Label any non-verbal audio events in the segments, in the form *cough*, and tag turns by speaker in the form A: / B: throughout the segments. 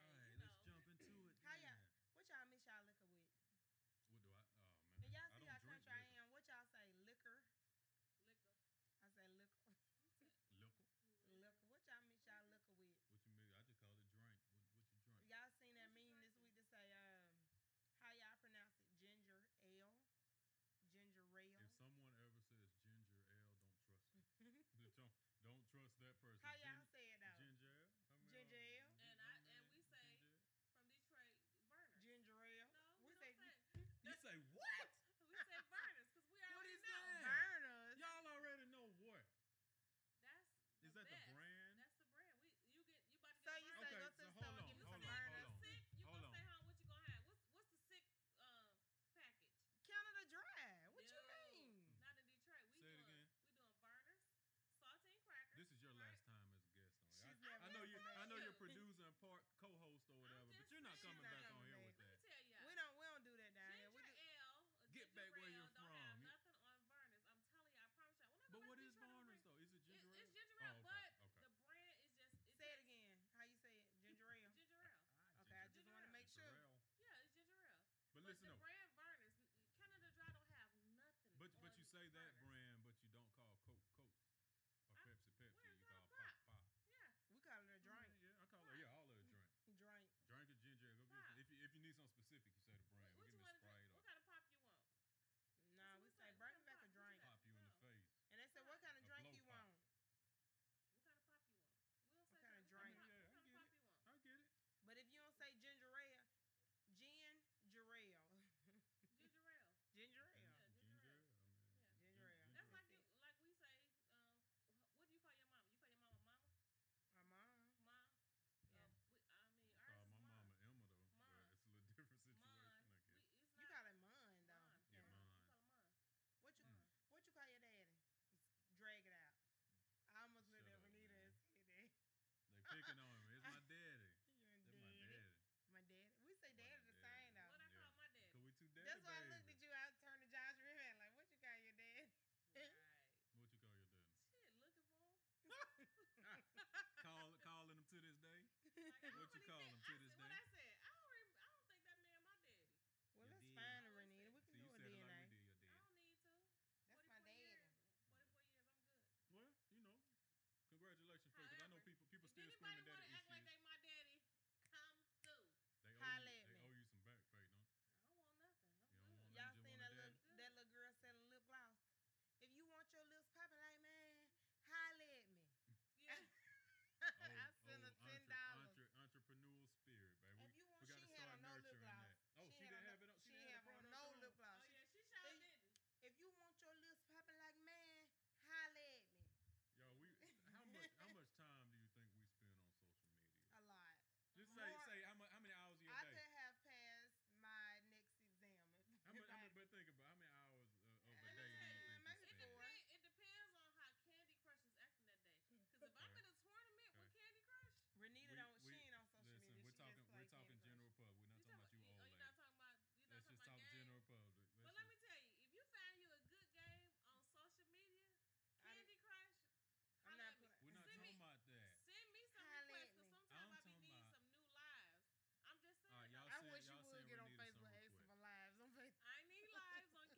A: uh, *laughs* *laughs* uh,
B: uh, Um, *laughs* um, not coming
C: oh, Hmm. coming back on here
B: back.
C: with that.
A: Tell ya,
B: We don't we don't do that down here.
A: ginger
B: We do,
A: ale, or
C: Get
A: ginger
C: back
A: ale
C: where you're
A: don't have
C: from. You-
A: nothing on Vernors. I'm telling you, I promise you. When I go
C: But
A: back
C: what
A: to
C: is
A: Detroit, I'm gonna bring-
C: Barnard's though? Is it
A: It's,
C: ginger
A: it's
C: ale?
A: ginger
C: Oh,
A: ale, but the brand is just it's not-
B: say it again. How you say
C: okay, okay.
B: it?
A: Ginger ale. Yeah, it's ginger ale.
B: Ginger ale. Okay, I just want to make sure.
C: Ah, ginger- ginger ale. But listen
A: the
C: up.
A: brand Vernors, Canada Dry don't have nothing.
C: But but
A: on
C: you say that
A: Vernors.
C: brand, but you don't call Coke Coke or
A: I-
C: Pepsi Pepsi.
A: where's
C: You
A: our
C: call
A: pop?
C: Pop Pop.
A: Yeah,
B: We call it a drink.
C: Yeah, I call it. Yeah, all of it drink.
B: Drink.
C: Drink a ginger. ale. Go get
A: Pop.
C: some- if you if you need something specific, you say the brand.
A: which
C: Give me
A: one? Is
C: Sprite
A: it?
C: or
A: What kind of pop you want? So what's that? What kind
B: Nah, we say bring back a
A: of pop? What you got? No.
B: drink. And they said, what kind of drink you
C: pop you in the face. A blow pop.
B: want?
A: What kind of pop you want? We don't say
B: What kind of
A: drink. What kind of pop you want?
B: But if you don't say
C: drink? Yeah, I get it. I get it.
B: ginger ale, gin, *laughs* ginger ale.
C: *laughs*
A: Ginger ale.
B: ginger
A: Yeah, ginger
B: ale.
C: Ginger.
A: ale. Yeah.
C: ale, I mean, gin-
B: Ginger
A: That's
B: ale. Ginger
A: like um,
B: ale.
A: you, like we say. Um, wh- what do you call your mama? You call your mama mama,
B: My mom.
A: mom. Um, we, I
B: Yeah.
A: mean,
C: I call
A: ours is
C: my
A: mom.
C: mama
A: Mom.
C: Emma though. but It's a
A: Mine. We, it's not mine.
B: You got a mine though.
C: little different situation. I guess. Yeah,
A: You call it mine.
B: What
C: mine.
B: you what you
C: Mm.
B: call your daddy? Drag it out. I almost knew
C: Shut
B: that
C: up,
B: when he
C: man.
B: done said that. *laughs*
C: They picking on me. It's my daddy.
B: You
C: That's my
B: daddy.
C: daddy.
B: My daddy. We say
C: My
B: daddy the
C: daddy.
B: same though.
A: What I call
C: Yeah.
A: my daddy. *laughs*
C: *laughs* Cause we two daddy
B: That's
A: Right. *laughs* Shit,
B: why I looked at you. I turned to Josh River like, what you got your *laughs* dad?
C: babies. What you call your daddy? *laughs*
A: looking for 'em.
C: call calling him to this day.
A: Like, I don't
C: What
A: really
C: you call
A: think-
C: him to
A: I
C: this
A: said- What I
C: day?
A: said, I don't, rem I don't think that man my daddy.
B: well,
C: Your
B: that's
C: dad.
B: fine, Renita. We can do
C: See, you
B: a
A: I don't need to. 44 years. 44 years,
B: DNA. That's my daddy.
C: said it like we did your daddy.
A: I'm good.
C: Well, you know, congratulations, folks. 'cause I know
A: However,
C: people people
A: if
C: still
A: anybody
C: screaming
A: want
C: daddy
A: to act like
C: issues.
A: they my daddy, come through.
C: They owe
B: Holla at
C: you,
B: me.
C: they owe you some back pay, don't?
A: I don't want nothing. I'm
C: You
A: good.
C: don't want
B: Y'all
C: Just
B: seen that
C: wanna
B: *laughs* little,
A: dab.
B: that little girl selling lip gloss? If you want your lips popping, like man, holla at me. *laughs*
A: Yeah.
B: I
C: Oh,
B: sent her
C: oh,
B: ten dollars.
C: entre- entre- entrepreneurial spirit,
B: If
C: baby. We-
B: you
C: we
B: want,
C: gotta
B: she
C: start
B: had on no lip
C: nurturing
B: gloss.
C: that. Oh, she,
B: had
C: didn't
B: on no-
C: have it on.
B: She had
C: didn't
B: on
C: have the product
B: no lip gloss.
A: oh,
B: She-
A: yeah, she sure
B: They-
A: didn't.
B: If you want your lips popping, like man, holla at me.
C: Yo, we
B: *laughs*
C: how much how much time do you think we spend on social media?
B: A lot.
C: Just say
B: More-
C: say how much how many hours of your
B: I
C: day?
B: could have passed *laughs* my next exam. if-
C: How
B: if I-
C: much? How many, but think about how many hours uh, of a
A: Let me
C: day
A: tell you,
C: do you
B: maybe
C: think you
A: It,
C: spend?
B: four.
A: depend, it depends on how Candy Crush is acting that day. Because if I'm in a tournament with
C: Okay.
A: Candy
B: *laughs*
A: Crush,
B: Renita
C: We-
B: don't.
C: we-
B: she ain't on social
C: Listen,
B: media.
C: we're
B: she
C: talking
B: just
C: we're
B: like
C: talking
B: Candy Crush.
C: general pub. We're not
A: you
C: talking about you
A: you- oh,
C: old lady.
A: you're not talking about, you're not talking about game.
C: Let's just talk general public.
A: But
C: Let's
A: let me
C: just-
A: tell you, if you find oh, you a good game on social media,
B: I'm-
A: Candy Crush,
B: I'm
A: holla
B: not
A: at me.
B: playing.
C: we're not
A: send
C: talking
A: me, Send me some requests because sometimes I be needing some new lives. I'm just saying.
B: Holla at me.
C: about that. I'm talking about- All right, y'all
B: I
C: send,
B: wish you
C: y'all
B: would
C: send
B: get on
C: Renita some
B: Facebook Ace
C: requests.
B: for lives on Facebook. *laughs*
A: I need *laughs* lives on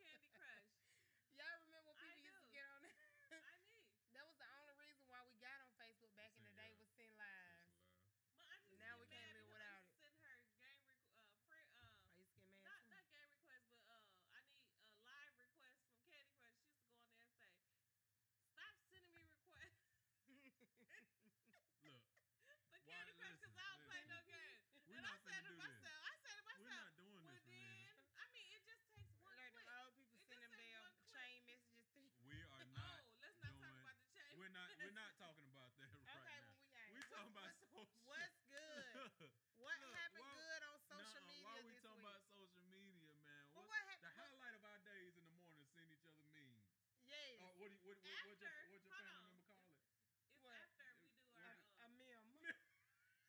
A: Candy Crush.
B: Y'all
A: I do. I need.
B: remember when people used to get on there? that was the only reason why we got on Facebook back in the
C: see,
B: day
C: yeah.
B: was seeing lives.
C: It's live.
A: But I just
B: Now
A: get
B: we can't
A: mad
B: live
A: because
B: without
A: I used to Send her game requ- uh, friend, uh,
B: I used to get mad.
A: not
B: too.
A: not game requests, but uh, I need a live requests from Candy Crush. She used to go on there and say, "Stop sending me requests." for Candy Crush because I don't play no games. and
C: Look, Why- listen, listen. We're not
A: I said to
C: finna do
A: myself,
C: this.
A: I said to
C: we're
A: myself,
C: not doing
A: well
C: this,
A: then,
C: Renita.
A: I mean, it just takes one
B: like
A: click.
B: the old people
A: It
B: sending
A: just takes
B: them
A: one click.
B: damn chain messages to you.
C: *laughs* We
B: *laughs*
C: are
A: oh, let's
C: not.
A: not talk
C: doing-
A: about the change.
C: We're not. We're not talking
B: Okay, well we ain't.
C: about that right now. We're talking about
B: what's,
C: social. *laughs*
B: what's good.
C: Look,
B: What
C: Look,
B: happened
C: why-
B: good on social media
C: nuh-uh, Why
B: this
C: we talking
B: week?
C: about social media, man?
B: Well,
C: What's-
B: what happened-
C: The
B: what-
C: highlight of our days in the morning, seeing each other memes.
B: yes,
C: Oh, what do you, what, what, what your,
A: After-
C: what your
A: hold
C: family
A: on.
C: member call it?
A: It's
B: What?
A: after we do our.
C: What do- *laughs*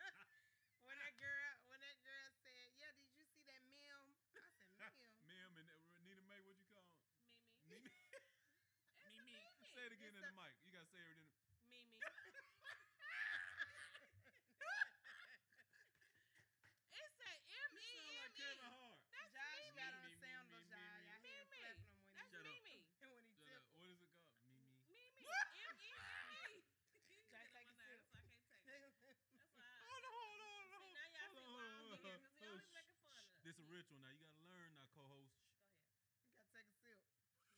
A: Um,
B: a, a meme. when that girl, when that girl said, "Yeah, did you see that meme?" I said, "Meme."
C: Mim and uh, Nina May, what you
B: *laughs*
C: call it?
A: Mimi.
C: Mimi. *laughs*
A: It's a Mimi.
C: Say it again
B: It's
C: in
B: a-
C: the mic. You gotta say it in. The, *laughs*
A: Mimi. it
B: *laughs*
A: said M
C: you
A: E
C: sound
A: M E.
C: like Kevin Hart.
A: That's
B: Josh
A: Mimi.
B: got
C: Me,
B: on
C: me,
B: sound of
C: me, me,
B: Y'all
C: me.
B: Y'all hear him
A: Mimi.
B: clapping him when he
A: That's
C: Shut up.
A: Mimi. Mimi. M E M E. That's why I can't take
B: *laughs* when he tipped. Just like a sip.
C: Shut up. What is it called? Mimi. *laughs*
B: *laughs*
A: it. That's why I. See, now y'all see why I'm here, 'cause
C: *laughs* Hold on, hold on, hold on, hold on.
A: he always
C: Oh,
A: making fun of
C: shh,
A: us.
C: This a ritual now. You gotta learn now, *laughs* co-host. Shh.
A: Go ahead.
B: You gotta take a
C: *laughs*
B: sip.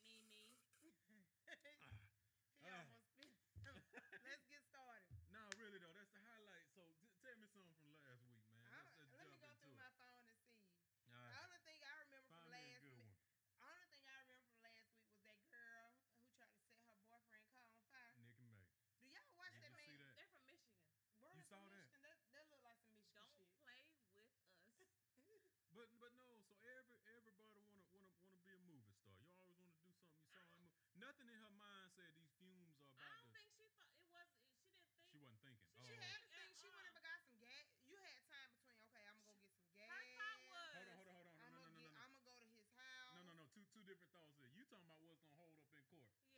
B: *laughs*
A: Mimi.
B: he
C: Ah.
B: almost spit. Let's get
C: *laughs*
B: started.
C: No, really though, that's the highlight. So t- tell me something from last week, man.
B: I-
C: Let's,
B: let
C: let's
B: me
C: jump
B: go
C: into
B: through
C: it.
B: my phone and see.
C: All
B: The
C: right,
B: only thing I remember from
C: find me a
B: last
C: good
B: week,
C: one.
B: only thing I remember from last week was that girl who tried to set her boyfriend car on fire.
C: Nick and May.
B: Do y'all watch
C: Did
B: that
C: you see
B: man?
C: that?
A: They're from
B: *laughs*
A: Michigan.
B: Bro,
C: You
B: that's some
C: saw that?
B: Michigan. That, that look like some Michigan
A: Don't
B: shit.
A: play with us.
C: But but no, so every everybody wanna wanna wanna be a movie star. You always wanna do something you saw in a movie. Nothing in her mind said these fumes are
A: I
C: about
A: don't
C: the.
A: think she thought it was. She didn't think.
C: She wasn't thinking.
A: She
B: She
C: oh,
A: Oh.
B: had a thing. She
A: Uh-uh.
B: went up and got some gas. You had time between. Okay, I'm gonna go get some gas.
C: Oh,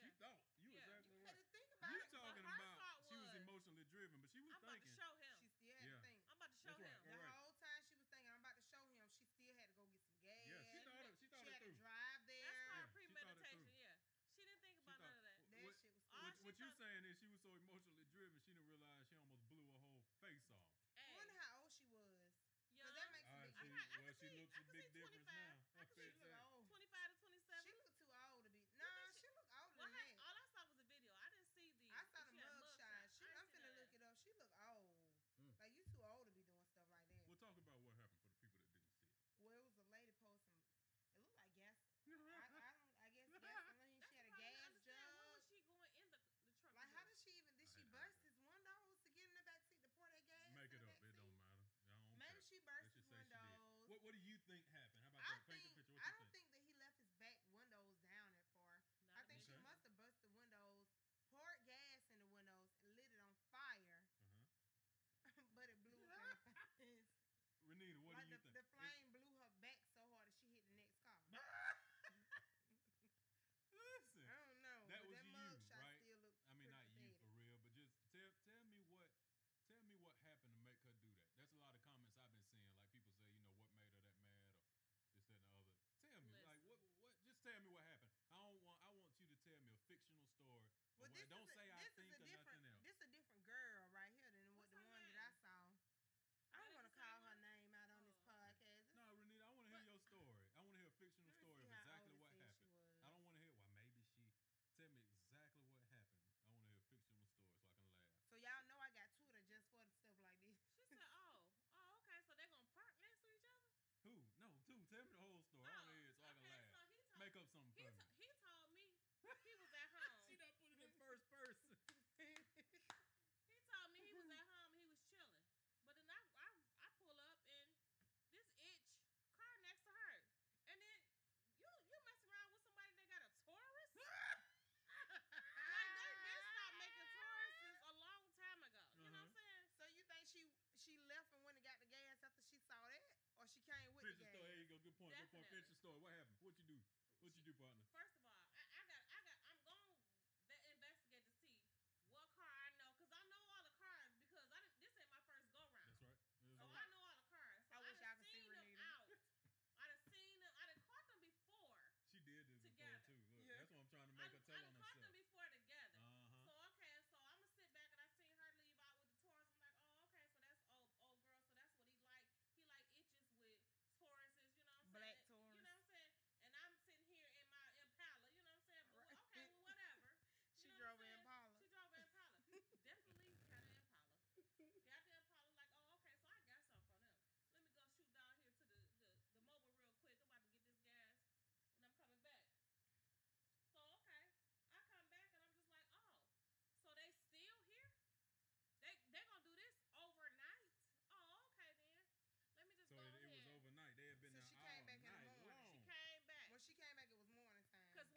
C: what you
A: so-
C: saying is she was so emotionally driven she didn't realize she almost blew her whole face off.
B: I
A: Hey,
B: wonder how old she was. 'Cause
A: young,
B: that makes a
C: I
B: big
C: see.
B: difference.
A: I could
C: Well,
A: see-
C: she
A: I
C: looks
A: could see
C: a big
A: 25.
C: difference
A: I
C: now. I
A: could
B: She look
C: bet that.
B: old.
A: 25 to 27.
B: oh. She look too old to
A: You
B: be. Nah,
A: think she- Well, I had,
B: she look older than that.
A: all I saw was a video. I didn't see the.
B: I saw the
A: Oh, she had a
B: mug shot. She,
A: I didn't see none of
B: I'm finna look
A: that.
B: it up. She look old.
C: Mm.
B: Like you too old to be doing stuff like that.
C: We'll talk about what happened for the people that didn't see it.
B: Well, it was a lady posting. It looked like
C: *laughs*
A: *laughs*
B: gas. I, I don't. I
A: That's what I
B: guess gasoline. she had a
A: didn't understand. When was she
B: gas jug.
A: going in the, the truck?
B: Like,
A: to *laughs*
B: how
A: do it?
B: did she even? Did
C: I
B: she
C: had
B: burst
C: no idea.
B: his windows to get in the back seat to pour that gas?
C: Make
B: in
C: it
B: the back seat?
C: up. It don't matter. I don't
B: Maybe
C: care.
B: she burst his windows.
C: Let's just say she did. What What do you think happened? How about
B: I
C: that? Paint
B: think.
C: the picture. What
B: I
C: you
B: don't think that
C: think?
B: he left his back windows down that far.
A: Not
B: I think she
C: Okay.
B: must have bust the windows, poured gas in the windows, and lit it on fire, *laughs*
C: Uh-huh.
B: but it blew up in her face.
C: Renita, what
B: *laughs* like the,
C: do you think?
B: the
C: It-
B: flame blew her back so hard that she hit the next car. I
C: *laughs* Listen.
B: don't know.
C: That
B: but
C: was
B: that
C: you,
B: mug shot
C: right?
B: still looked
C: I
B: pretty
C: mean, not you
B: pathetic.
C: for real, but just tell tell me what tell me what happened to make her do that. That's a lot of comments I've been seeing. Like people say, you know, what made her that mad, or this, that, and the other. Tell me, like what what? Just tell me what happened. I don't want I want you to tell me a fictional story. or
B: Well,
C: what,
B: this
C: don't
B: is a,
C: say I
B: this
C: think
B: is a
C: or nothing
B: different.
C: else.
B: This a different girl right here than what
A: What's her
B: the one that I
A: name?
B: saw. I
A: That the
B: don't want to
A: same
B: call her
A: one?
B: name out on this
A: Oh.
B: podcast.
C: No, Renita, I want to
A: What-
C: hear your story. I want to hear a fictional
B: Let me
C: story
B: see how old it said she was.
C: of exactly what happened. I don't want to hear why maybe she tell me exactly what happened. I want to hear a fictional story so I can laugh.
B: So y'all know I got Twitter just for the stuff like this. *laughs*
A: She said, "Oh, oh, okay. So they're gonna park next to each other."
C: Who? No, dude, tell me the whole story. I want to hear it so I can
A: Oh, okay,
C: laugh.
A: So he told,
C: Make up something
A: he,
C: funny. *laughs*
A: to- he told me he was at home.
C: She done put it in first
A: *laughs*
C: person.
A: He told me he was at home. He was chilling. But then I, I, I pull up and this itch car next to her. And then you, you mess around with somebody that got a Taurus. *laughs* like they been
C: *laughs*
A: stopped making Tauruses a long time ago. You know what I'm
C: Uh-huh.
A: saying?
B: So you think she she left and went and got the gas after she saw that, or she came with the
C: Picture
B: gas?
C: story. There you go.
A: Definitely.
C: Good point. Good point. Picture story. What happened? What you do? What you do, partner?
A: First *laughs* oh, oh, oh, Oh, Oh, *laughs* Uh-uh. *laughs* Um,
B: *laughs* *laughs* Uh-uh.
C: Uh-huh. Ah,
B: *laughs*
A: Oh, um, *laughs* *laughs*
B: *laughs*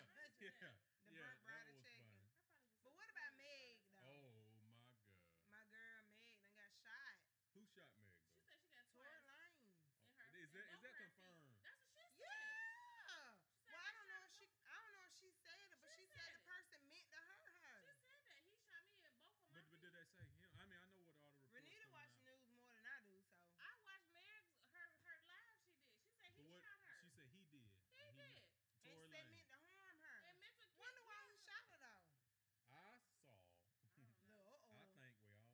B: *laughs*
C: *laughs*
A: *laughs* "Oh, uh,
B: *laughs* *laughs*
A: *laughs*
B: *laughs* *laughs*
C: uh, Oh uh,
A: *laughs*
B: Oh, Uh,
C: uh,
B: *laughs*
A: to that. I probably was so excited about
B: The burnt bridal chicken. But what about Meg though? My girl Meg
C: *laughs* yeah, yeah, that was funny. Oh my god,
B: done got shot.
C: who shot Meg
A: it. She
C: though?
A: said she got
B: Tory
A: twice.
B: Lane.
A: in her-
C: Is
A: in both
C: that is that
A: her feet.
C: confirmed?
A: That's what she said.
B: Yeah.
A: She said
B: Well, I
A: he shot
B: don't know
A: me
B: if
A: both-
B: she I don't know if she said it, but she,
A: She
B: said
A: said it.
B: the person meant to hurt her.
A: She said that he shot me in both of my
C: But, but
A: feet.
C: did they say him?
B: Renita
C: I mean, I know what all the reports coming
B: watch
C: out.
B: news more than I do, so
A: I watched Meg's her her live. She did. She said he
C: But what
A: shot her.
C: she said he did.
A: he did.
C: and
B: and
C: Tory
B: she said
C: Lanez.
B: meant to harm her.
A: And Memphis Kid
B: Wonder why he
A: killed her.
B: shot her though.
C: I saw. *laughs*
A: I don't know.
B: Look, uh-oh.
C: I think we all think.
B: I think that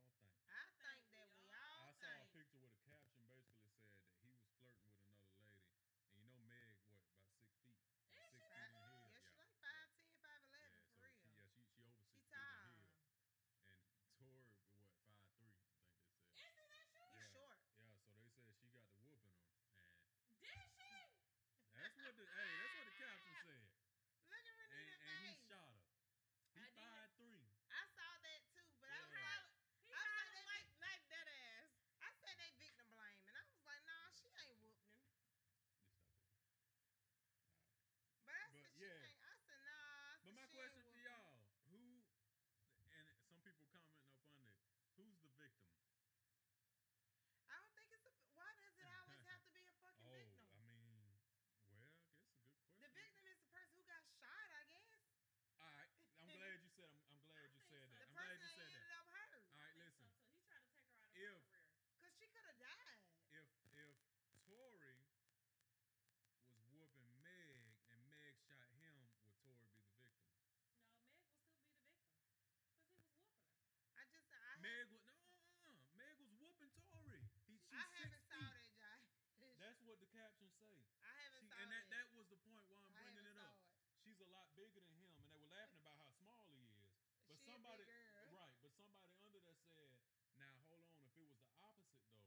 B: we all
C: I saw a
B: think.
C: picture with a caption basically said that he was flirting with another lady, and you know Meg, what about six feet? Like,
A: Is
C: six
A: she?
C: feet in heel.
B: Yeah, she like
C: yeah.
B: 5'10", 5'11",
C: yeah,
B: for
C: so
B: real.
C: She, yeah,
B: She
C: she she over six feet in
B: tall.
C: heel, and Tori what five three? I think
A: Isn't that
C: they said.
B: You
A: short?
C: Yeah.
B: short.
C: Yeah, so they said she got the whooping him, and
A: Did she?
C: that's what the hey, that's what the caption said,
B: Look at
C: and,
B: Renita's
C: and
B: face.
C: he shot her. He
A: I did.
C: five three.
B: I saw that too, but I was like,
C: Yeah.
A: He
B: I was
A: shot
B: like,
A: her
B: they
A: like
B: like like that ass. I said they victim blaming. I was like, nah, she ain't whooped him. But I
C: But
B: said she
C: yeah.
B: ain't. I said nah. I
C: But
B: said,
C: my
B: she ain't
C: question for
B: whooped him."
C: y'all, who and some people commenting up on it, who's the victim?
B: I don't think it's a. Why does it always have to be a fucking
C: *laughs* Oh,
B: victim?
C: I mean, well, I guess a
B: The victim is
C: good question.
B: the person who got shot, I guess.
C: All right, I'm glad you said. I'm, I'm
A: I
C: glad you
A: think
C: said
A: so.
C: that.
B: The
C: I'm
B: person that ended
C: glad you said that.
B: up hurt.
C: All right,
A: think So,
C: listen.
A: so he tried to take her out of her
C: If-
A: career.
B: Cause she could have died.
C: If if Tory was whooping Meg and Meg shot him, would Tory be the victim?
A: No, Meg will still be the victim because he was whooping her.
B: I just I
C: Meg was no, uh-uh. Meg was whooping Tory. He, she's
B: ha- I haven't
C: six
B: saw
C: feet.
B: that, Jai. *laughs*
C: That's what the caption say.
B: I haven't
C: She,
B: saw
C: and that,
B: it.
C: that was the point why
B: I
C: I'm bringing it
B: haven't
C: up.
B: saw it.
C: she's a lot bigger than him, and they were laughing about how small he is. But
B: She a
C: somebody,
B: big girl.
C: right? But somebody under there said, "Now hold on. If it was the opposite though,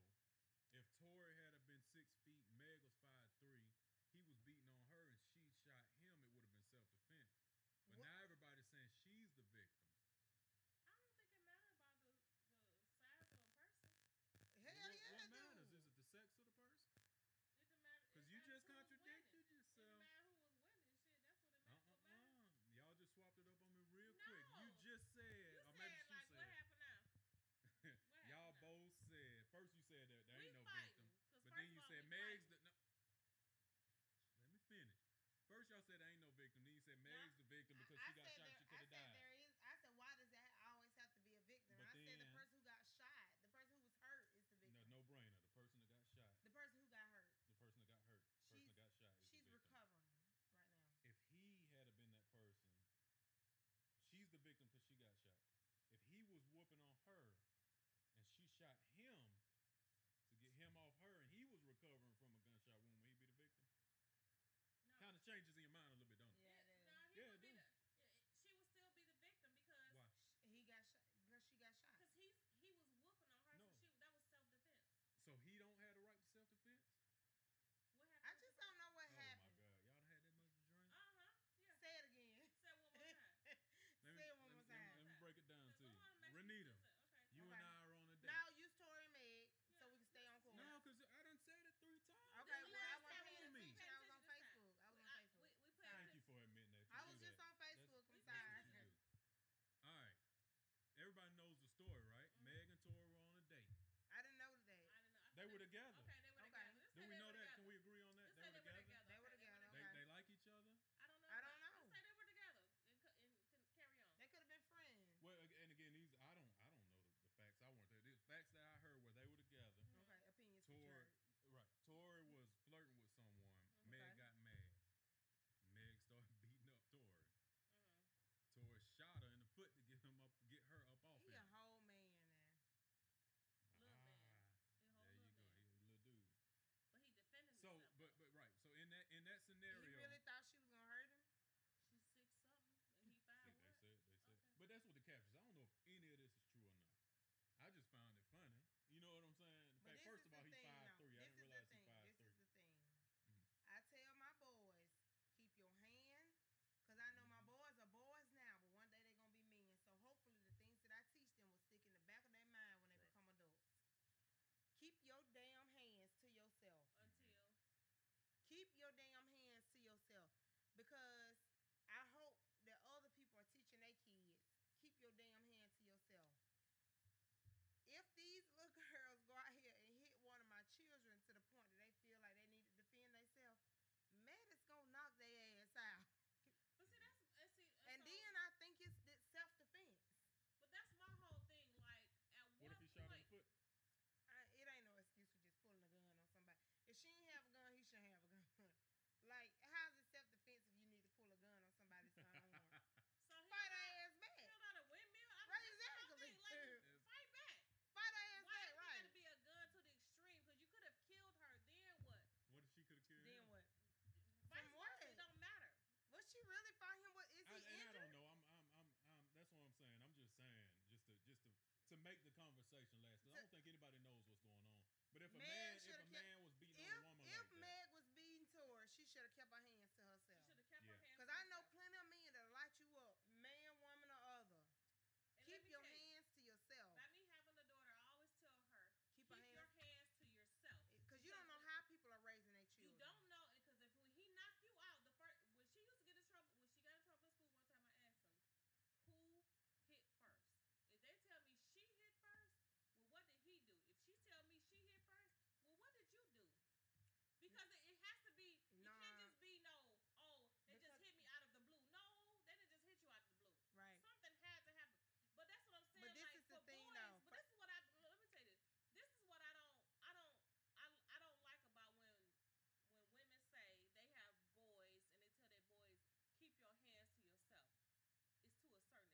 C: if Tori had have been six feet, Meg was five three, he was beating on her, and she shot him, it would have been self defense. But
B: What-
C: now everybody's saying she's the victim.
A: I don't think it matters about the, the size of a person.
C: But
B: Hell
C: what,
B: yeah, dude.
C: what matters is it the sex of the person?
A: It didn't matter. it
C: Because you
A: matters
C: just
A: who was
C: contradicted
A: winning. It didn't matter
C: yourself.
A: who was winning. Shit, that's what it
C: Uh
A: matters. What matters.
C: uh uh. Y'all
A: No.
C: just swapped it up on me real quick. You uh-uh. just said,
A: You
C: or
A: said
C: maybe she
A: like, what
C: said.
A: happened now? What
C: Y'all
A: happened now?
C: both said first. You said
A: we
C: that there ain't no
A: fighting,
C: victim.
A: 'cause
C: But
A: first
C: then
A: of
C: you
A: all, we
C: said Meg's
A: fighting.
C: the. No, let me finish. First, y'all said there ain't no victim. Then you said
B: No,
C: Meg's the victim because
B: I,
C: she got
B: I said there,
C: shot. She could
B: I said there is. I
C: have died.
B: said why does that always have to be a victim?
C: But
B: I said the
C: then-
B: person who got shot, the person who was hurt, is the victim.
C: No, no brainer. The person that got shot,
B: The person who got hurt,
C: the person that got hurt, the person
B: She's-
C: that got shot. Is
B: she's
C: the victim.
B: recovering right now.
C: If he had have been that person, she's the victim because she got shot. If he was whooping on her, and she shot him to get him off her, and he was recovering from a gunshot wound, would he be the
A: No.
C: victim? Kind of changes in your mind a little bit, don't it?
A: Yeah,
B: Yeah,
A: no,
B: that-
A: he
C: Yeah, Oh
A: Uh-huh,
C: *laughs*
A: Mm-hmm.
B: *laughs*
C: *laughs* *laughs* Ah,
B: *laughs* *laughs*
C: even make the conversation last. 'cause I don't think anybody knows what's going on. But if a
B: Man
C: man, if
B: shoulda
C: a
B: kept-
C: man was beating
B: If,
C: on a
B: if Meg
C: woman like that,
B: was beating to her, she should have kept her hands to herself.
A: should have kept
C: Yeah.
A: her hands.
B: Because
A: to
B: I know
A: herself.
B: plenty of men that'll light you up, man, woman, or other.
A: And let
B: Keep
A: me
B: your
A: tell you,
B: hands to yourself.
A: By me having a daughter, I always tell her,
B: Keep
A: keep
B: your
A: your
B: hands.
A: hands to yourself.
B: Because Eh, you don't know how people are raising their
A: You
B: children.
A: don't know because if when he knocked you out, the first when she used to get in trouble when she got in trouble at school one time, I asked him who hit first. If they tell me she hit first, well, what did he do? If she tell me she hit first, well, what did you do? Because it, it has to be. It can't
B: Nah.
A: just be no. Oh, they just
B: Because-
A: hit me out of the blue. No, they didn't just hit you out of the blue.
B: Right.
A: Something had to happen. But that's what I'm saying.
B: But this
A: like
B: is the
A: for
B: thing,
A: boys,
B: though.
A: but this is what I let me say this. This is what I don't I don't I, I don't like about when when women say they have boys and they tell their boys keep your hands to yourself. It's to a certain extent.
B: Right.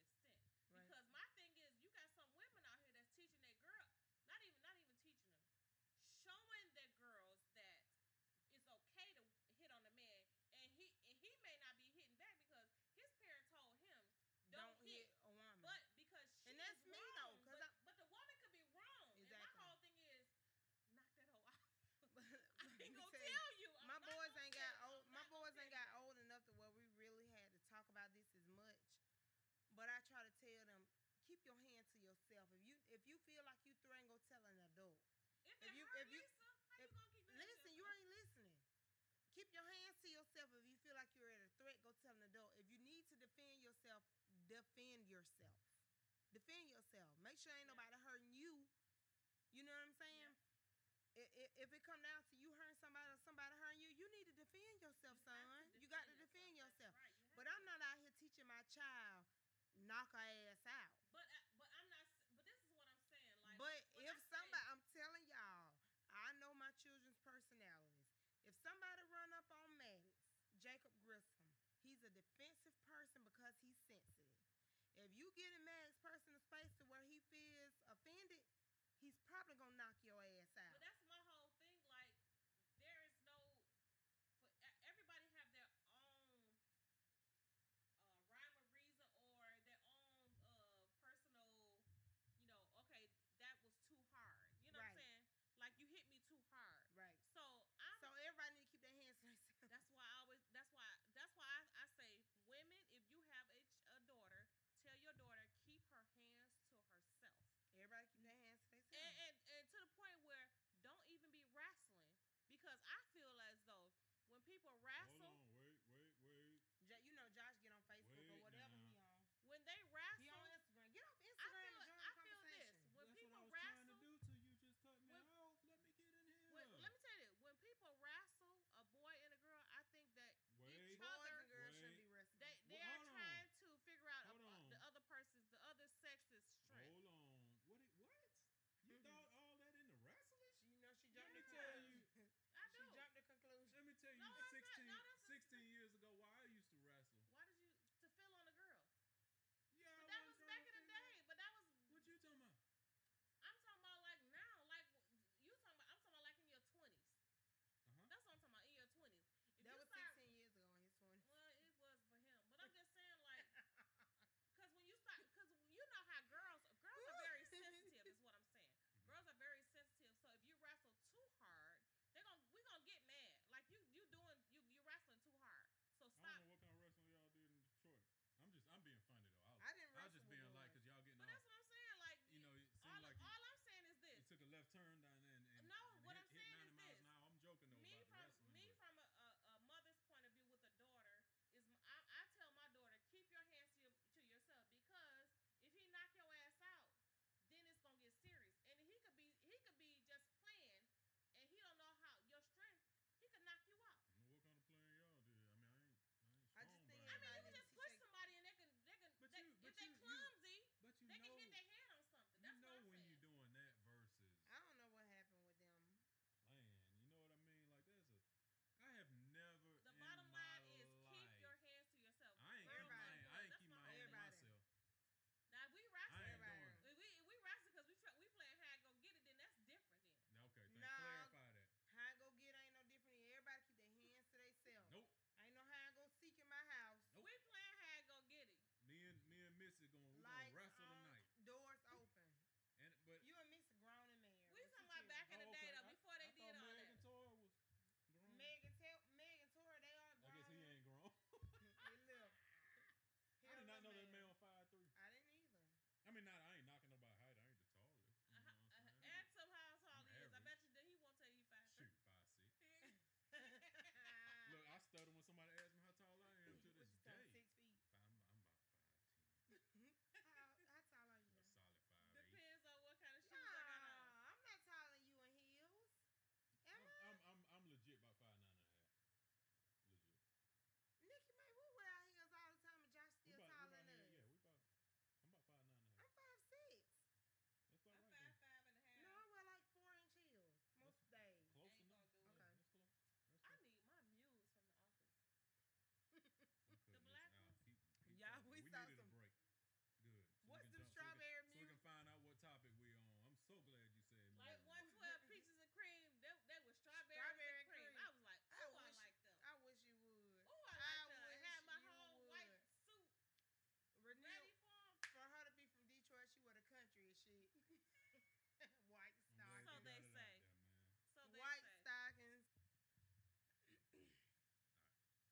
A: Because my thing is you got some women out here that's teaching their girl not even not even teaching them, showing their girls that it's okay to hit on a man and he and he may not be hitting back because his parent told him
B: Don't
A: don't,
B: hit a woman.
A: but because she
B: And that's
A: is
B: me,
A: wrong,
B: though, 'cause
A: but,
B: I-
A: but the woman could be wrong. And
B: Exactly.
A: my whole thing is knock that *laughs* hoe out.
B: But
A: I
B: *laughs* let me
A: ain't gonna
B: tell you,
A: tell you. I'm not
B: my boys
A: gonna
B: ain't
A: tell
B: got
A: you.
B: old.
A: I'm
B: My
A: not gonna
B: boys ain't
A: tell
B: got
A: you.
B: old enough to where we really had to talk about this as much. But I try to tell them, keep your hand to yourself. If you if you feel like you through, ain't gonna tell an adult.
A: If,
B: if
A: it
B: you-
A: hurt
B: if you-
A: Lisa, how
B: if-
A: you gonna keep it to
B: Listen, you
A: yourself?
B: ain't listening. Keep your hands to yourself. If you feel like you're at a threat, go tell an adult. If you need to defend yourself, defend yourself. Defend yourself. Make sure ain't
A: Yeah.
B: nobody hurting you. You know what I'm saying? I- i- If it come down to you hurting somebody or somebody hurting you, you need to defend yourself,
A: You
B: son.
A: have to
B: you got to defend
A: defend
B: yourself.
A: That's right, you
B: But
A: have
B: I'm
A: to.
B: not out here teaching my child knock her ass out.
A: But I- but I'm not. s- But this is what I'm saying. Like
B: But
A: when I
B: if
A: say-
B: somebody, I'm telling y'all, I know my children's personalities. If somebody run up on Maddox, Jacob Grissom, he's a defensive person because he's sensitive. If you get in Maddox's personal space to where he feels offended, he's probably gonna knock your ass out.
A: But that's my whole thing. Like, there is no. For, e- everybody have their own uh, rhyme or reason or their own uh, personal. You know, okay, that was too hard. You know
B: Right.
A: what I'm saying? Like you hit me too hard.
B: right.
A: So
B: *laughs*
A: I'm.
B: So everybody need to keep their hands *laughs* to themselves.
A: that's why I always. That's why. That's why I, I say, women, if you have a, ch- a daughter, tell your daughter keep her hands to herself.
B: Everybody keep their
A: And, and,
B: hands to themselves.
A: and to the point where don't even be wrestling because I feel as though when people
C: hold
A: wrestle,
C: on, wait, wait, wait.
B: Jo- you know, Josh get on Facebook or
C: Wait
B: whatever
C: now.
B: he on.
A: when they
B: He on
A: wrestle,
B: Instagram. Get off
A: I feel,
B: Instagram and join
A: I
B: the
A: feel this
B: conversation.
A: when
C: That's
A: people
C: what I was trying
A: wrestle. when-
C: to do to you. Just cut me off. Let
A: When, let me tell you, when people wrestle
C: me get in here.
A: a boy and a girl, I think that
C: wait,
A: try-
B: Boys and girls shouldn't be
C: Wait.
B: wrestling.
A: they they
C: Well,
A: are
C: hold on.
A: trying to figure out a- the other person's, the
C: Hold on.
A: other sex's strength.
C: hold on. What? It, what? You thought all that in the wrestling?
B: She, you know, she
C: Let
B: jumped
C: me
B: to
C: tell
B: conclusion.
C: you.
A: I
B: *laughs*
A: do.
B: She jumped to conclusion.
C: Let me tell you.
A: No, that's not- no, that's
C: 16,
A: not-
C: 16 years ago, why I used to wrestle.
A: Why did you to feel on a girl?
C: Yeah, I
A: But Oh,
B: Mm-hmm.
C: Oh,
A: Uh-huh,
C: *laughs*
A: Uh-huh,
B: *laughs*
C: *laughs*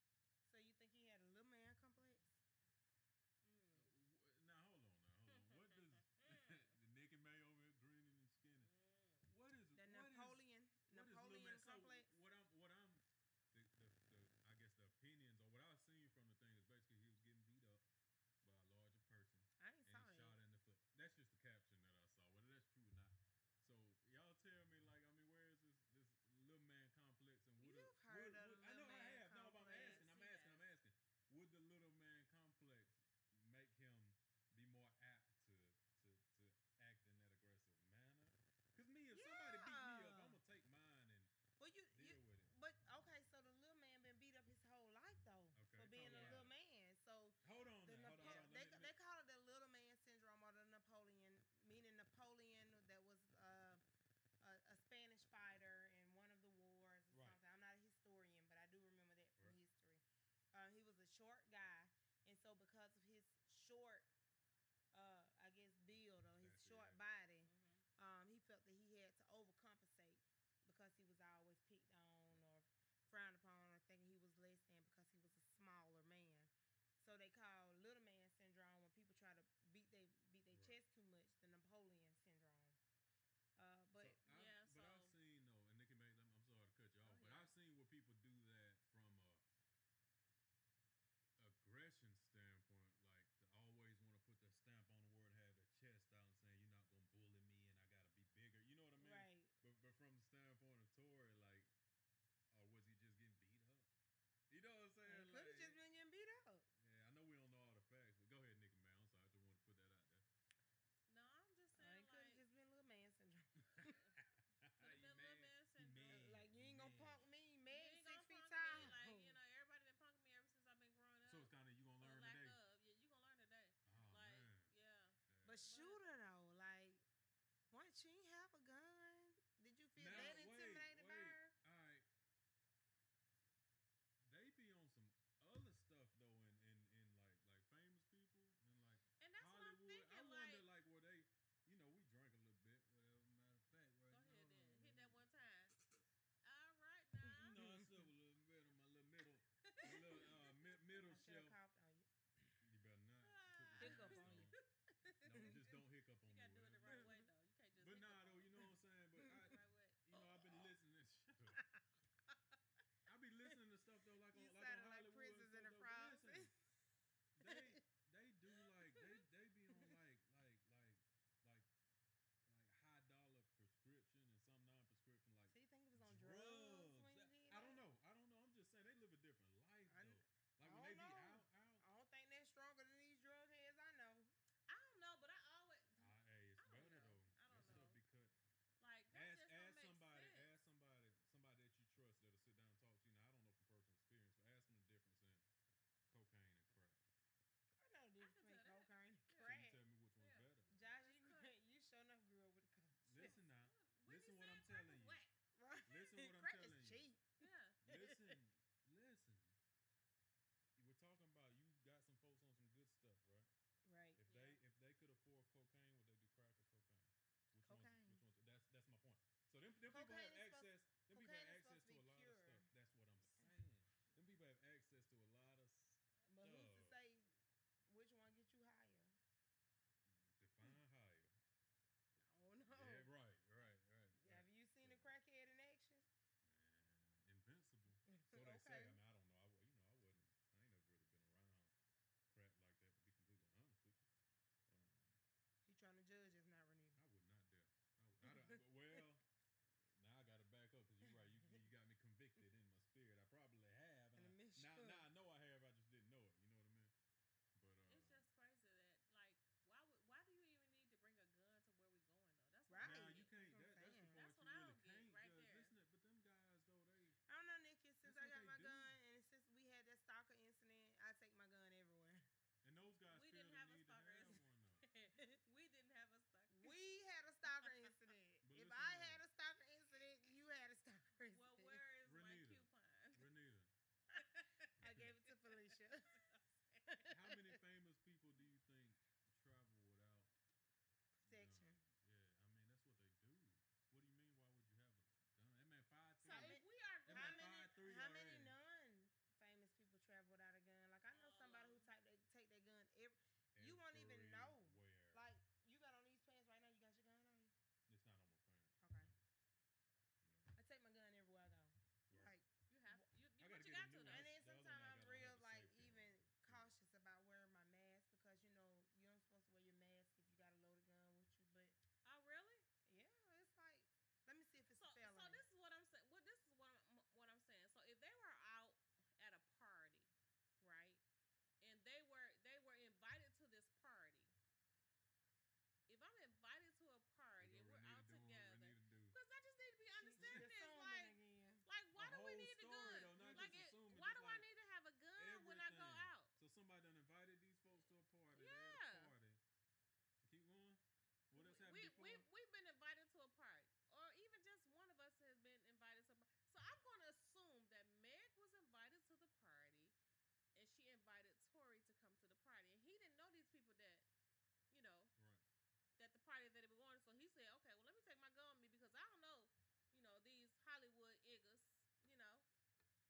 A: Oh,
C: *laughs*
B: *laughs* *clears throat* *laughs*
C: *laughs*
B: Mm. uh, Uh, short, uh, I guess, build or his
C: That's it,
B: short
C: yeah.
B: body,
A: Mhm.
B: um, he felt that he had to overcompensate because he was always picked on or frowned upon or thinking he was less than because he was a smaller man. So they call little man syndrome when people try to beat they beat their
C: Right.
B: chest too much the Napoleon syndrome. Uh, but
C: so I,
A: yeah,
C: but I've
A: so-
C: seen though, and Nicki Mac, I'm, I'm sorry to cut you
A: Oh, yeah.
C: off, but I've seen where people do that from a aggression standpoint, like to always want to put their stamp on the word, have their chest out, and saying you're not gonna bully me, and I gotta be bigger. You know what I mean?
B: right,
C: But but from the standpoint of Tory, like, or was he just getting beat up? You know what
B: he
C: I'm saying?
B: could have
C: Like,
B: just been getting beat up.
C: yeah, I know we don't know all the facts, but go ahead, Nicki Mac. I'm sorry, I just want to put that out there.
A: No, I'm just
B: Or
A: saying
B: it could
A: like
B: have just been little man syndrome.
C: *laughs*
A: could've
C: You
A: been
C: mad?
A: little man syndrome.
C: mad.
B: Like you ain't gonna
C: Man.
B: punk me,
A: You
B: man,
A: ain't
B: six
A: gonna
B: feet
A: punk
B: tall. Oh.
A: me, Like
B: *laughs*
A: you know, everybody been punking me ever since I've been growing
C: *laughs*
A: up.
C: So it's kind of you gonna
A: or
C: learn
A: lack
C: today.
A: of. Yeah, you gonna learn today.
C: Oh,
A: like
C: man.
A: yeah.
B: But shooter though, like once she ain't have a gun, did you feel
C: Now,
B: that
C: wait,
B: intimidated by
C: wait.
B: her?
C: All right. They be on some other stuff though, in in, in like like famous people and like
A: And that's
C: Hollywood.
A: what I'm thinking. like
C: I wonder like were they, you know, we drank a little bit. Well,
A: go ahead
C: matter of fact, right now,
A: then.
C: uh,
A: Hit that one time. All
C: *laughs*
A: right now.
C: No, I still a little bit of my little middle, my little
A: *laughs* *laughs*
B: I should've coughed on you. Hiccup on you.
C: uh, mi- middle shelf. You better not put the gas No, just don't hiccup on
A: You gotta do it
C: me. Will.
A: the right way though. *laughs* You can't just
C: But
A: hiccup
C: nah,
A: on
C: though, you know what I'm saying. But I,
A: the right way.
C: you know, I've
B: Oh,
C: been listening. To shut up. I be listening to stuff though, like
B: You
C: on like
B: sounded
C: on
B: like
C: Hollywood
B: Princess and
C: stuff,
B: the
C: though, but
B: Frog.
C: listen, They they
B: *laughs*
C: do like they
B: So oh, you think it was on drugs? when you did that?
C: they be on like like like like like high dollar prescription and some non prescription like drugs. That- I don't know. I don't
B: I kn- I don't know.
C: know. I'm just saying they live a different life though. Like when they be out out.
B: I don't think they're stronger than these drug heads I know.
A: I don't know, but I always
C: Ah, hey, it's
A: I don't
C: better
A: know.
C: though.
A: I don't
C: That stuff
A: know. like that just don't make
C: be cut ask ask somebody
A: sense.
C: ask somebody somebody that you trust that'll sit down and talk to you. Now
A: can tell that. Yeah. Yeah. That's
B: I know this between cocaine and crack. Josh, *laughs* you, great. you sure enough grew up with
C: I don't know from personal experience, but ask them the difference in cocaine and crack. So you tell me which one's better.
B: a coke.
C: Listen now.
A: Whitney
C: Listen what I'm
A: said crack is
C: telling you.
A: whack.
B: Right.
C: Listen what I'm
B: crack
C: telling
B: is
C: you.
B: *laughs* cheap.
A: Yeah.
C: Listen, listen. We're talking about you got some folks on some good stuff, right?
B: Right.
C: If
A: Yeah.
C: they if
B: Cocaine.
C: they could afford cocaine, would they do crack or cocaine? Which One's, which one's, that's that's my point. So them, them people
B: Cocaine
C: have
B: is supposed-
C: access. Them people have
B: cocaine is
C: access
B: supposed to be
C: to a lot of
B: pure.
C: stuff. That's what I'm saying. Them people have access to a lot of
B: But who's to say which one get
C: Duh.
B: you higher?
C: Define higher.
B: I don't know. Have you seen
C: Yeah, right, right, right. right.
B: a crackhead in action?
C: Man, invincible. So
B: *laughs*
C: they say. I mean, I don't know. I, wa- you know, I wasn't. I ain't never really been around crap like that. To be completely honest with you,
B: You trying to judge us not Renee.
C: I would not dare. I would, I don't- but well, now I gotta back up because you're right. You, you got me convicted in my spirit. I probably have.
B: And *laughs* mixed up.
C: And I, now, now I know I have. I just didn't know it. You know what I mean? But uh,
A: It's just crazy that like why would why do you even need to bring a gun to where we going though? That's what
B: Right.
A: I'm
B: Nah,
C: now
A: thinking.
B: That's what I'm saying.
C: you can't. That, that's the point.
A: That's what I don't
C: you really
A: get right
C: can't judge.
A: there.
C: Listen, to- but them guys though, they
B: I don't know, Nikki. Since
C: That's
B: I got
C: what
B: my
C: they do.
B: gun and since we had that stalker incident, I take my gun everywhere. *laughs*
C: and those guys
A: We
C: feel
A: didn't
C: the
A: have a
C: need to
A: stalker as-
C: have
A: we didn't have a stalker. well,
B: We had a stalker incident. if I had a stalker incident, you had a stalker incident.
C: one though. *laughs* But listen here.
A: where is my coupon? So if we are going
B: *laughs* I gave it to Felicia. *laughs* Protection. how many
C: Renita. Renita, How many famous people do you think travel without guns? Yeah, I mean that's what they do. What do you mean? Why would you have a gun? That man five three. Am I five, three
B: how
C: already?
B: many non famous people travel Oh. without a gun? Like I know somebody who type they take their gun every you won't even know.
C: Everywhere.
B: like
A: Oh,
C: Mm-hmm.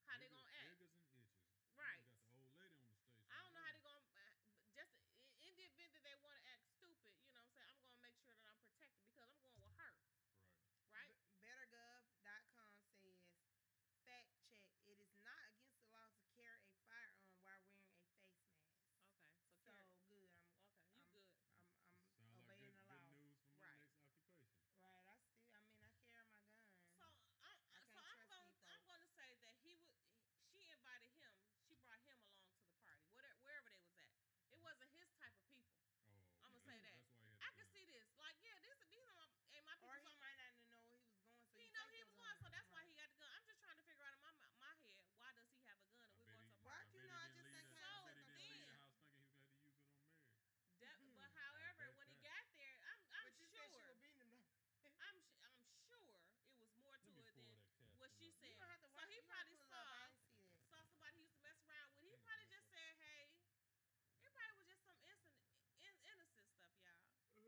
A: uh,
B: um,
C: Oh,
B: Or
A: was
B: he
A: on-
B: might not even know where he was going, so
A: he
B: you
A: know
B: think
A: he
B: it
A: was going,
B: was
A: so that's why
B: right.
A: he got the gun. I'm just trying to figure out in my mi- my head why does he have a gun and we're
C: I bet
A: going
C: he-
A: to a
B: Why
A: party.
C: I
B: you
C: bet he
B: know, I
C: didn't
B: just
C: leave
B: think
C: that-
A: I
C: I
A: was
C: bet he didn't
A: then.
C: leave the house thinking he was gonna have to use it on marriage.
A: That, but however,
C: bet
A: when he
C: that.
A: got there, I'm I'm
B: But you said she
A: sure I'm sh- I'm sure it was more to
B: was beating him. though.
A: it than what she
B: You
A: said.
B: gonna have to
A: So
B: watch.
A: he
B: you gonna
A: probably
B: pull it up. I
A: saw- saw
B: ain't see that.
A: somebody he used to mess around with. He
C: Didn't
A: probably
C: mess
A: just said, "Hey," it probably was just some innocent in, innocent stuff, y'all. Cause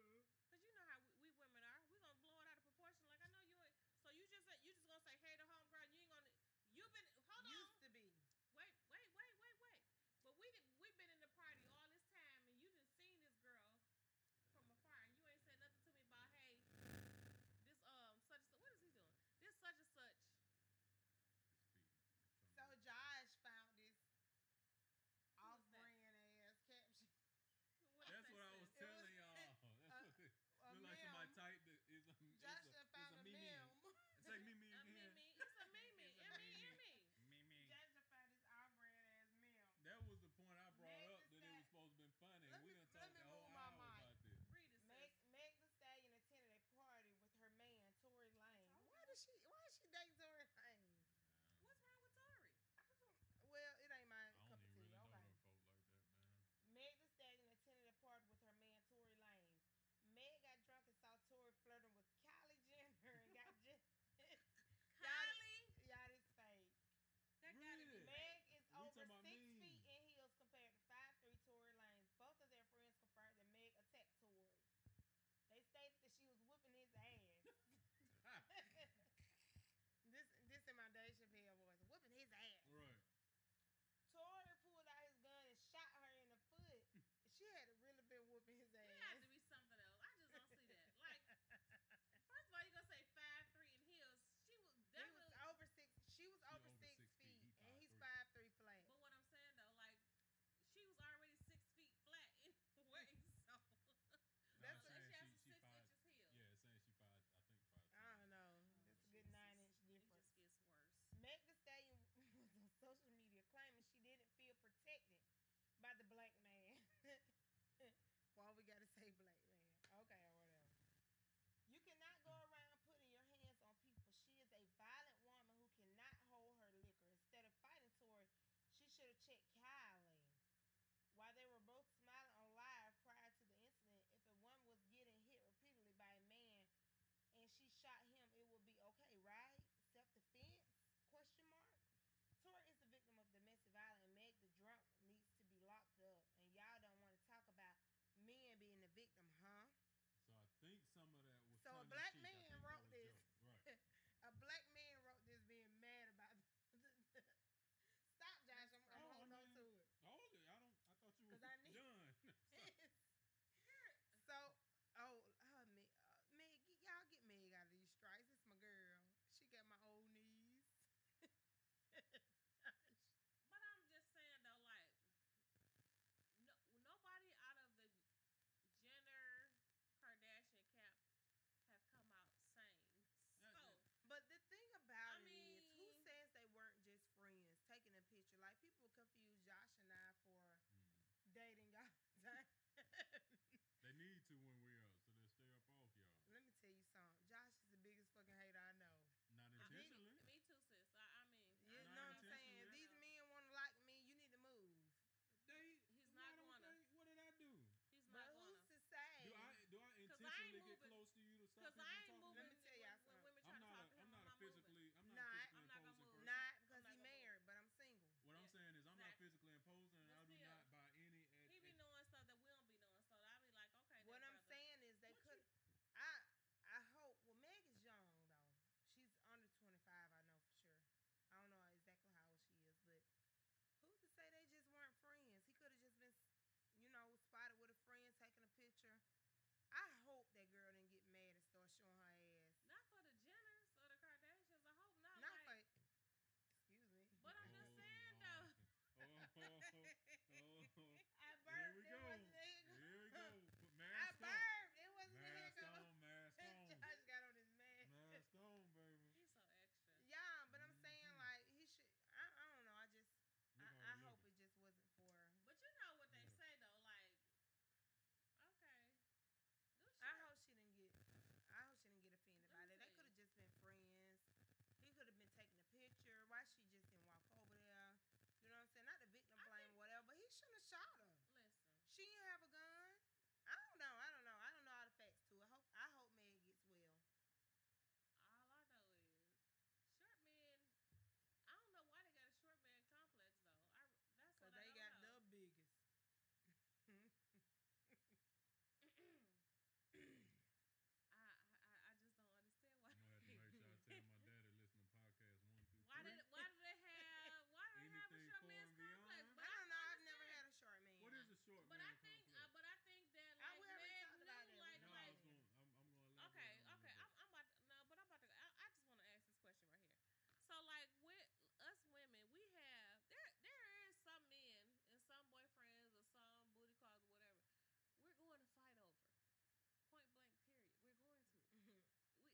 A: you know how we, we women are. We gonna blow it out of proportion. Like I know you. ain't- So you just you just gonna say, "Hey," to homegirl. and You ain't gonna. You've been hold on.
B: Used to be.
A: Wait, wait, wait, wait, wait. But we did, we've been in the party all this time, and you didn't seen this girl from afar, and you ain't said nothing to me about hey, this um such and such. What is he doing? This such and such.
B: So Josh found this
A: was that?
B: off-brand ass caption.
A: What
C: That's
B: *laughs*
C: what I was
B: It was-
C: telling y'all. That's
B: uh, A
C: what it looked
B: meme.
C: like somebody typed
B: *laughs*
C: it. It's a, it's a,
B: Josh
C: it's
B: done found
A: A
B: a meme.
C: a meme. *laughs* It's like meme
A: mimi. It's a Uh, mimi. M E M E.
B: Josh
C: again. It's a mimi. Meme.
B: done found this off-brand ass meme.
C: That was the point I brought
B: Meg
C: up
B: just said-
C: that it was supposed to be funny.
B: Let
C: we
B: me- let
C: done talked
B: me
C: the whole
B: move my mic.
C: hour about this.
A: Read it.
B: Meg,
A: sis.
B: Meg Thee Stallion attended a party with her man Tory Lane. Why does she? Why is she dating Tory Lane?
A: What's wrong with Tori?
B: Well, it ain't my
C: I don't
B: cup
C: even
B: of tea.
C: really know
B: All right.
C: no folk like
B: Meg
C: that, man.
B: Thee Stallion attended a party with her man Tory Lane. Meg got drunk and saw Tory flirting with Kylie Jenner and *laughs* got just
A: Kylie.
B: y'all this
C: *laughs*
B: fake.
A: That gotta be
C: Really?
B: Meg is
C: We
B: over
C: talking about
B: six
C: me.
B: feet in heels compared to five three Tory Lanez. Both of their friends confirmed that Meg attacked Tory. They stated that she was whooping his
C: *laughs*
B: ass. *laughs* this this in my Deja Chappelle voice, whooping his ass.
C: Right.
B: Tory pulled out his gun and shot her in the foot. She had really been whooping his
A: It had
B: ass.
A: to be something else. I just don't see that. Like, first
B: *laughs*
A: of all, you gonna say five three in heels. She was
B: He was
A: definitely.
B: over six. She was over,
C: over
B: six,
C: six
B: feet,
C: feet, he
B: and he's
C: 5'3".
B: five three flat.
A: But what I'm saying though, like, she was already six feet flat *laughs* anyway. So
B: That's
A: so
B: what-
A: she has
C: she, she
A: six
C: five.
A: inches heel.
C: Yeah, it's saying she five. I think five.
B: I don't know. It's a good
A: Jesus.
B: nine inch
A: It
B: difference.
A: just gets worse.
B: Meg Thee Stallion *laughs* was on social media claiming she didn't feel protected by the black man. *laughs* Why we gotta say black man? Okay, or whatever. You cannot go around putting your hands on people. She is a violent woman who cannot hold her liquor. Instead of fighting Tory, she should have checked Kylie. While they were both smiling on live prior to the incident, if a woman was getting hit repeatedly by a man and she shot him, it would be okay, right? Self defense? Question mark. Tori is the victim of domestic violence, and Meg the drunk needs to be locked up. And y'all don't want to talk about men being the victim, huh? Uh, *laughs* Oh, oh, uh, *laughs*
A: Oh.
B: *laughs*
C: Oh,
B: *laughs* shouldn't have shot her.
A: Listen.
B: She didn't have a gun. I don't know. I don't know. I don't know all the facts to it. Hope I hope Meg gets well.
A: All I know is short men. I don't know why they got a short man complex though. I that's
B: Cause
A: what
B: they
A: I
B: got
A: don't
B: the
A: know.
B: biggest.
A: I, I I just don't understand
C: *laughs*
A: why.
C: I'm gonna have to make sure I tell my daddy listen to podcast one through
A: why
C: three.
A: did why do they have why do they have a
C: Anything
A: short
C: far
A: man's
C: and
A: complex? But
C: beyond?
B: I don't know. I've never
A: understand.
B: had a short man.
C: What is a
A: But
C: short man
A: I think uh,
C: complex?
A: but I think that like
B: I-
A: Meg
B: we already talked
A: knew like like
B: about that.
C: no, I was going. I'm, I'm going. to
A: Okay, okay. I'm, I'm about to, no, but I'm about to. I, I just want to ask this question right here. So, like, with us women, we have there. There is some men and some boyfriends or some booty calls or whatever. We're going to fight over point blank. Period. We're going to.
B: *laughs*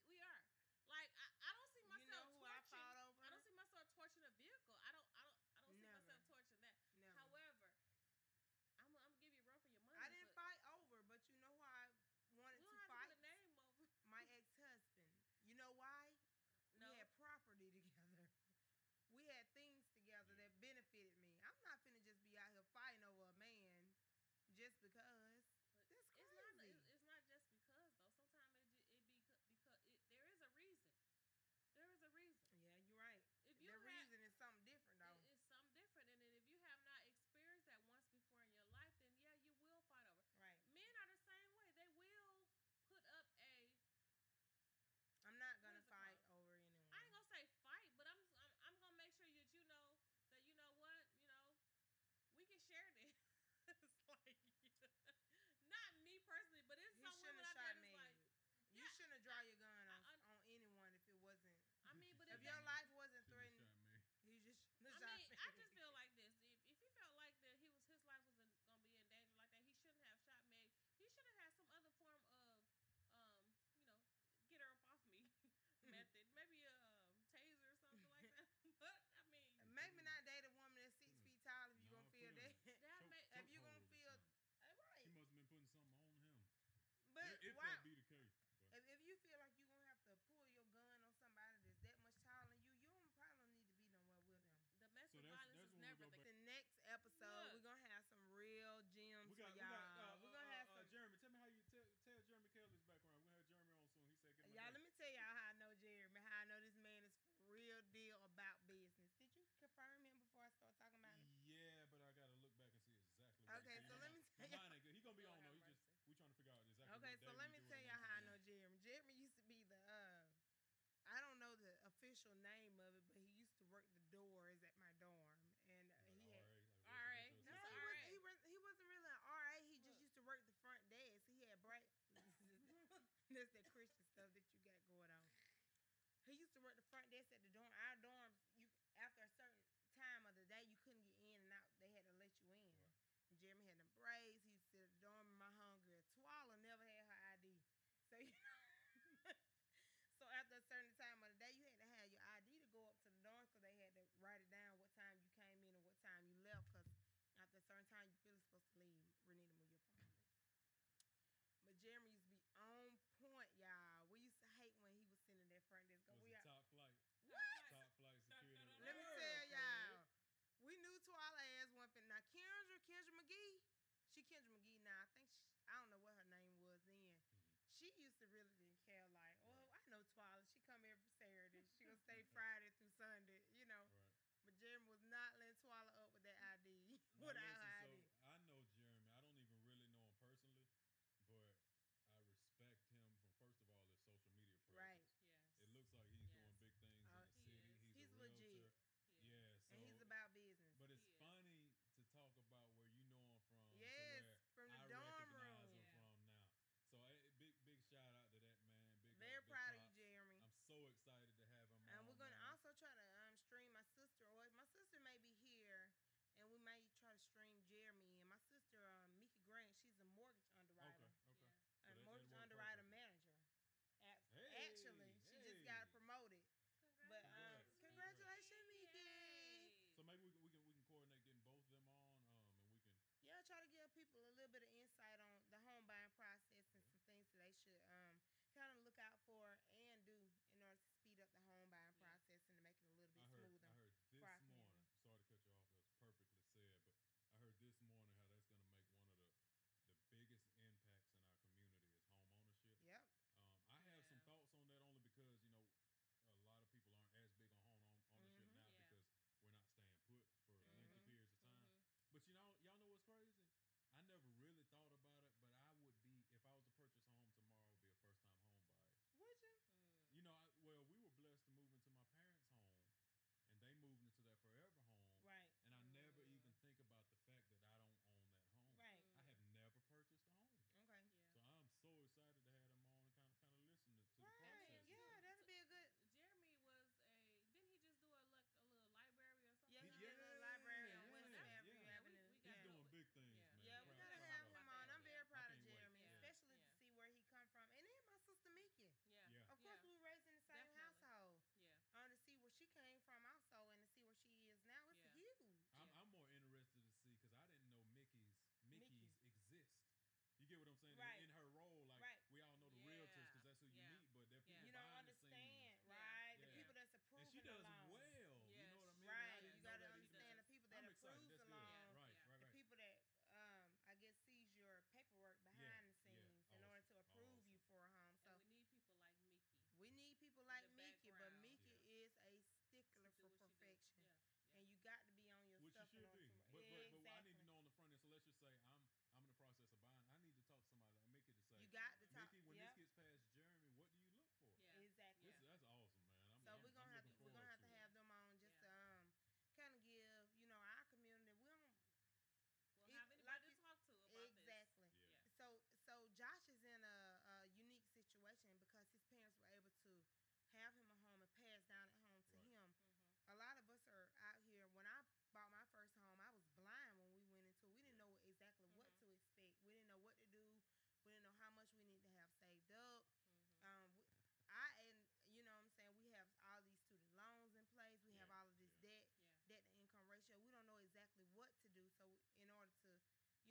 A: We, we are. Like, I, I don't see
B: you know
A: myself
B: who I
A: torching.
B: fought
A: I,
B: over?
A: don't see myself torching a vehicle. I don't. I don't. I don't see myself torching
B: Never.
A: that.
B: Never.
A: However, I'm, I'm gonna give you a run for your money.
B: I didn't
A: but
B: fight over, but you know who I wanted
A: We'll
B: to
A: have
B: fight?
A: to put a name over.
B: My ex-husband. You know why?
A: *laughs* No.
B: We had property *laughs* together. We had things together that benefited me. I'm not finna just be out here fighting over a man just
A: It's
B: because. That's crazy.
A: not. the- It's, it's not just because though. Sometimes it ju- it be because it, there is a reason. There is a reason.
B: yeah, you're right.
A: If you
B: The
A: have,
B: reason is something
A: it-
B: different though.
A: it's something different, and then if you have not experienced that once before in your life, then yeah, you will fight over. it.
B: Right.
A: Men are the same way. They will put up a. What is it called?
B: I'm not gonna fight over anyone.
A: I ain't gonna say fight, but I'm I'm, I'm gonna make sure that you know that you know what you know. We can share this. *laughs* it's like not me personally, but it's
B: you
A: some women
B: shouldn't have
A: out there
B: shot
A: that's
B: me.
A: like.
B: you
A: Yeah,
B: shouldn't have draw your gun
A: I- I-
B: on, on anyone if it wasn't.
A: I mean, but if
B: If your
C: Shouldn't
A: that,
B: life
C: have-
B: wasn't
C: Should've
B: threatened,
C: shot me.
B: you just
A: I
B: *laughs* shouldn't have
A: mean,
B: shot
A: I
B: me.
A: just feel like this. If, if he felt like that he was his life was in, gonna be in danger like that, he shouldn't have shot Meg. He should have had some other form of, um, you know, get her up off me *laughs* method. Maybe a um, taser or something like that. but I mean,
B: *laughs* Maybe not date a woman that's six
C: Mm.
B: feet tall if you're
C: No,
B: gonna
C: put
B: feel
C: him *laughs*
B: that.
C: in.
A: that
C: Choke-
A: may,
B: if you
C: chokehold
B: gonna
C: or
B: feel-
C: something.
B: Uh,
C: He
B: right. But
C: must have been putting something on him. if if
B: why
C: that be the case, but
B: if, if you feel like you're gonna have to pull your gun on somebody that's that much taller than you, you don't probably don't need to be nowhere with them.
A: domestic violence
C: that's- that's
A: is
C: when we
A: never
C: go
A: the
C: back-
B: The next episode
A: Look.
B: we're gonna have some real gems
C: we got
B: for
C: we
B: y'all.
C: got uh,
B: we're gonna
C: uh,
B: have
C: uh,
B: some
C: Jeremy. Tell me how you tell tell Jeremy Kelly's background. We're gonna have Jeremy on soon. He said, "Get my
B: Y'all,
C: dad."
B: let me tell y'all how I know Jeremy, how I know this man is real deal about business. Did you confirm him before I start talking about him?
C: Yeah, but I gotta look back and see exactly.
B: Okay,
C: what
B: so let me
C: *laughs*
B: tell
C: He's
B: y'all.
C: He gonna be
A: Lord
C: on
A: have
C: though. He just
A: mercy.
C: we trying to figure out
B: Okay,
C: exactly.
B: so let me tell y'all how
C: what day we do it and
B: I know
C: everything.
B: Jeremy. Jeremy used to be the uh I don't know the official name of it, but he used to work the doors at my dorm and uh, he had
C: RA,
A: RA,
C: like
A: Just RA.
B: no, he, was, he, was, he
C: residential assistant.
B: wasn't really an RA. He just
A: Look.
B: used to work the front desk. He had break. *laughs* That's that Christian stuff that you got going on. He used to work the front desk at the dorm. Our dorms, you after a certain time of the day, you couldn't get in and out. They had to let you in. Jeremy had them braids. He used to the dorm. My hungry Twala never had her ID, so you
A: *laughs*
B: know. so after a certain time of the day, you had to have your ID to go up to the dorm because they had to write it down what time you came in and what time you left because after a certain time, you're really supposed to leave. Renita, move your phone. But Jeremy used to be on point, y'all. We used to hate when he was sitting in that front desk. 'cause
C: Was
B: We
C: the
B: out-
C: top flight, top flight security. in the
B: Let me
C: world,
B: tell y'all,
C: man.
B: we knew to all ass one thing. Now Kendra, Kendra McGee, she Kendra McGee now. I think she, I don't know what her name was then.
C: Mm-hmm.
B: She used to really didn't care. Like, oh, I know Twila. She come every Saturday. She gonna
C: *laughs*
B: stay Friday through Sunday. You know.
C: Right.
B: But Jeremy was not letting Twila up with that *laughs* ID.
C: Now,
B: Without
C: listen,
B: her ID.
C: so I know Jeremy. I don't even really know him personally, but I respect him from first of all his social media presence.
B: Right.
C: It looks like he's
A: Yes.
C: doing big things
B: Uh,
C: in the
A: he is.
C: city. He's,
B: He's
C: a
B: legit.
C: realtor. Yeah. So,
B: and he's about business.
C: but um, it's
A: He is.
C: funny to talk about where you know him from. to
B: yes,
C: where
B: from the
C: I
B: dorm
C: recognize
B: room.
C: him
A: Yeah.
C: from now. So I, big big shout out to that man. Big up,
B: Very
C: big
B: proud of
C: pop.
B: you, Jeremy.
C: I'm so excited to have him.
B: And
C: on,
B: we're gonna
C: man.
B: also try to um, stream my sister, or my sister may be here, and we may try to stream Jeremy and my sister, um, Mika Grant. She's a mortgage underwriter,
C: Okay. Okay.
B: a
C: that- that
B: mortgage
C: worked
B: underwriter
C: perfect.
B: manager. Ac-
C: Hey,
B: Actually, she just got
C: hey.
B: promoted. But um,
C: Congrats.
B: congratulations, Mika.
C: So maybe we can, we can we can coordinate getting both of them on, um, and we can.
B: Yeah, try to give people a little bit of insight on the home buying process and some things that they should um kind of look out for and do in order to speed up the home buying
A: Yeah.
B: process and to make it a little
C: I
B: bit
C: heard I
B: smoother.
C: heard this
B: for our
C: morning. Sorry to cut you off. That's perfectly said, but I heard this morning Um, Mm-hmm.
B: Mm-hmm.
C: uh,
A: Mm-hmm.
B: um, um,
A: Mm-hmm. Mm-hmm.
B: Um, guess a reality for most people. We need to have people on here *laughs*
A: Right. Yeah. Yeah.
B: that are able to talk to us about it. So That's what to look for.
C: Well, lead, lead us out again. I know you did it before. Get us, uh, how, how can you get in touch with us if you want to
B: *laughs*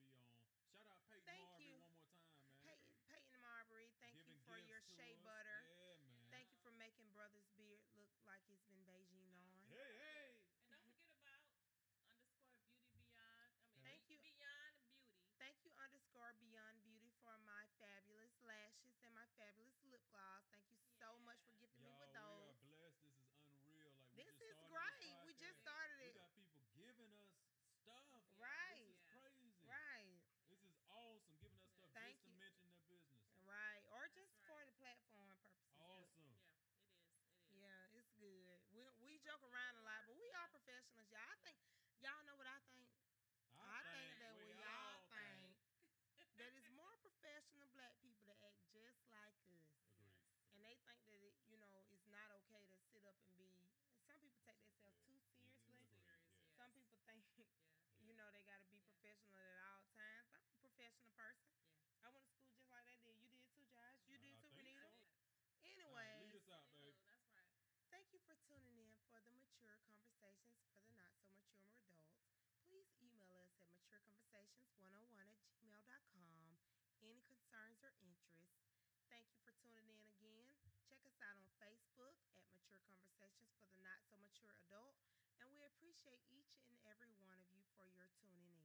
C: be on? Shout out Peyton
B: Thank
C: Marvin
B: you.
C: one more time, man.
B: Peyton, Peyton Marbury, thank
C: Giving
B: you for
C: gifts
B: your
C: to
B: shea
C: us.
B: butter.
C: Yeah, man.
B: Thank you for making brother's beard look like it's been Beijing on.
C: Hey, hey.
A: And don't forget about underscore beauty beyond. I mean,
B: Thank
A: be-
B: you.
A: Beyond beauty.
B: Thank you underscore Beyond Beauty for my fabulous lashes and my fabulous lip gloss. Thank you so much for
A: Yeah.
B: gifting
C: Y'all,
B: me with
C: we
B: those.
C: are blessed. This is unreal. Like
B: This
C: we just
B: is
C: started
B: great. We just started it.
C: This podcast. We got people giving us stuff.
A: Yeah,
B: Right.
C: This is crazy.
B: Right.
C: This is awesome. Giving us stuff
B: Thank
C: just to
B: you.
C: mention their business.
B: Right. Or
A: That's
B: just for
A: right.
B: the platform purposes. Oh.
C: Awesome.
A: Yeah, it is. It is.
B: Yeah, it's good. We we joke around a lot, but we are professionals, y'all. I think y'all know what I think. I think that
C: we
B: we all
C: all
B: think *laughs* that it's more professional black people that act just like us.
C: Agreed.
B: And they think that it, you know, it's not okay to sit up and be some people take themselves
C: Yeah.
B: too seriously.
C: Agreed, yeah.
B: Some people think *laughs* you know they gotta be professional at all times. I'm a professional person. I went to school just like they did. You did too, Josh. You
C: I-
B: did
C: I
B: too,
C: think
B: Renita.
C: so. All right,
B: Anyway,
C: lead us out, babe.
A: That's right.
B: Thank you for tuning in for the mature conversations for the not so mature adults. Please email us at matureconversations101 at gmail.com. Any concerns or interests? Thank you for tuning in again. Check us out on Facebook at Mature Conversations for the Not So Mature Adult. And we appreciate each and every one of you for your tuning in.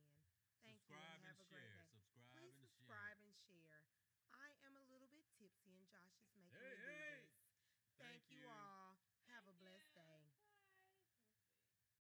B: Thank
C: subscribe
B: you and have
C: and
B: a great
C: share.
B: day.
C: Subscribe
B: Please
C: and share.
B: subscribe and share. I am a little bit tipsy and Josh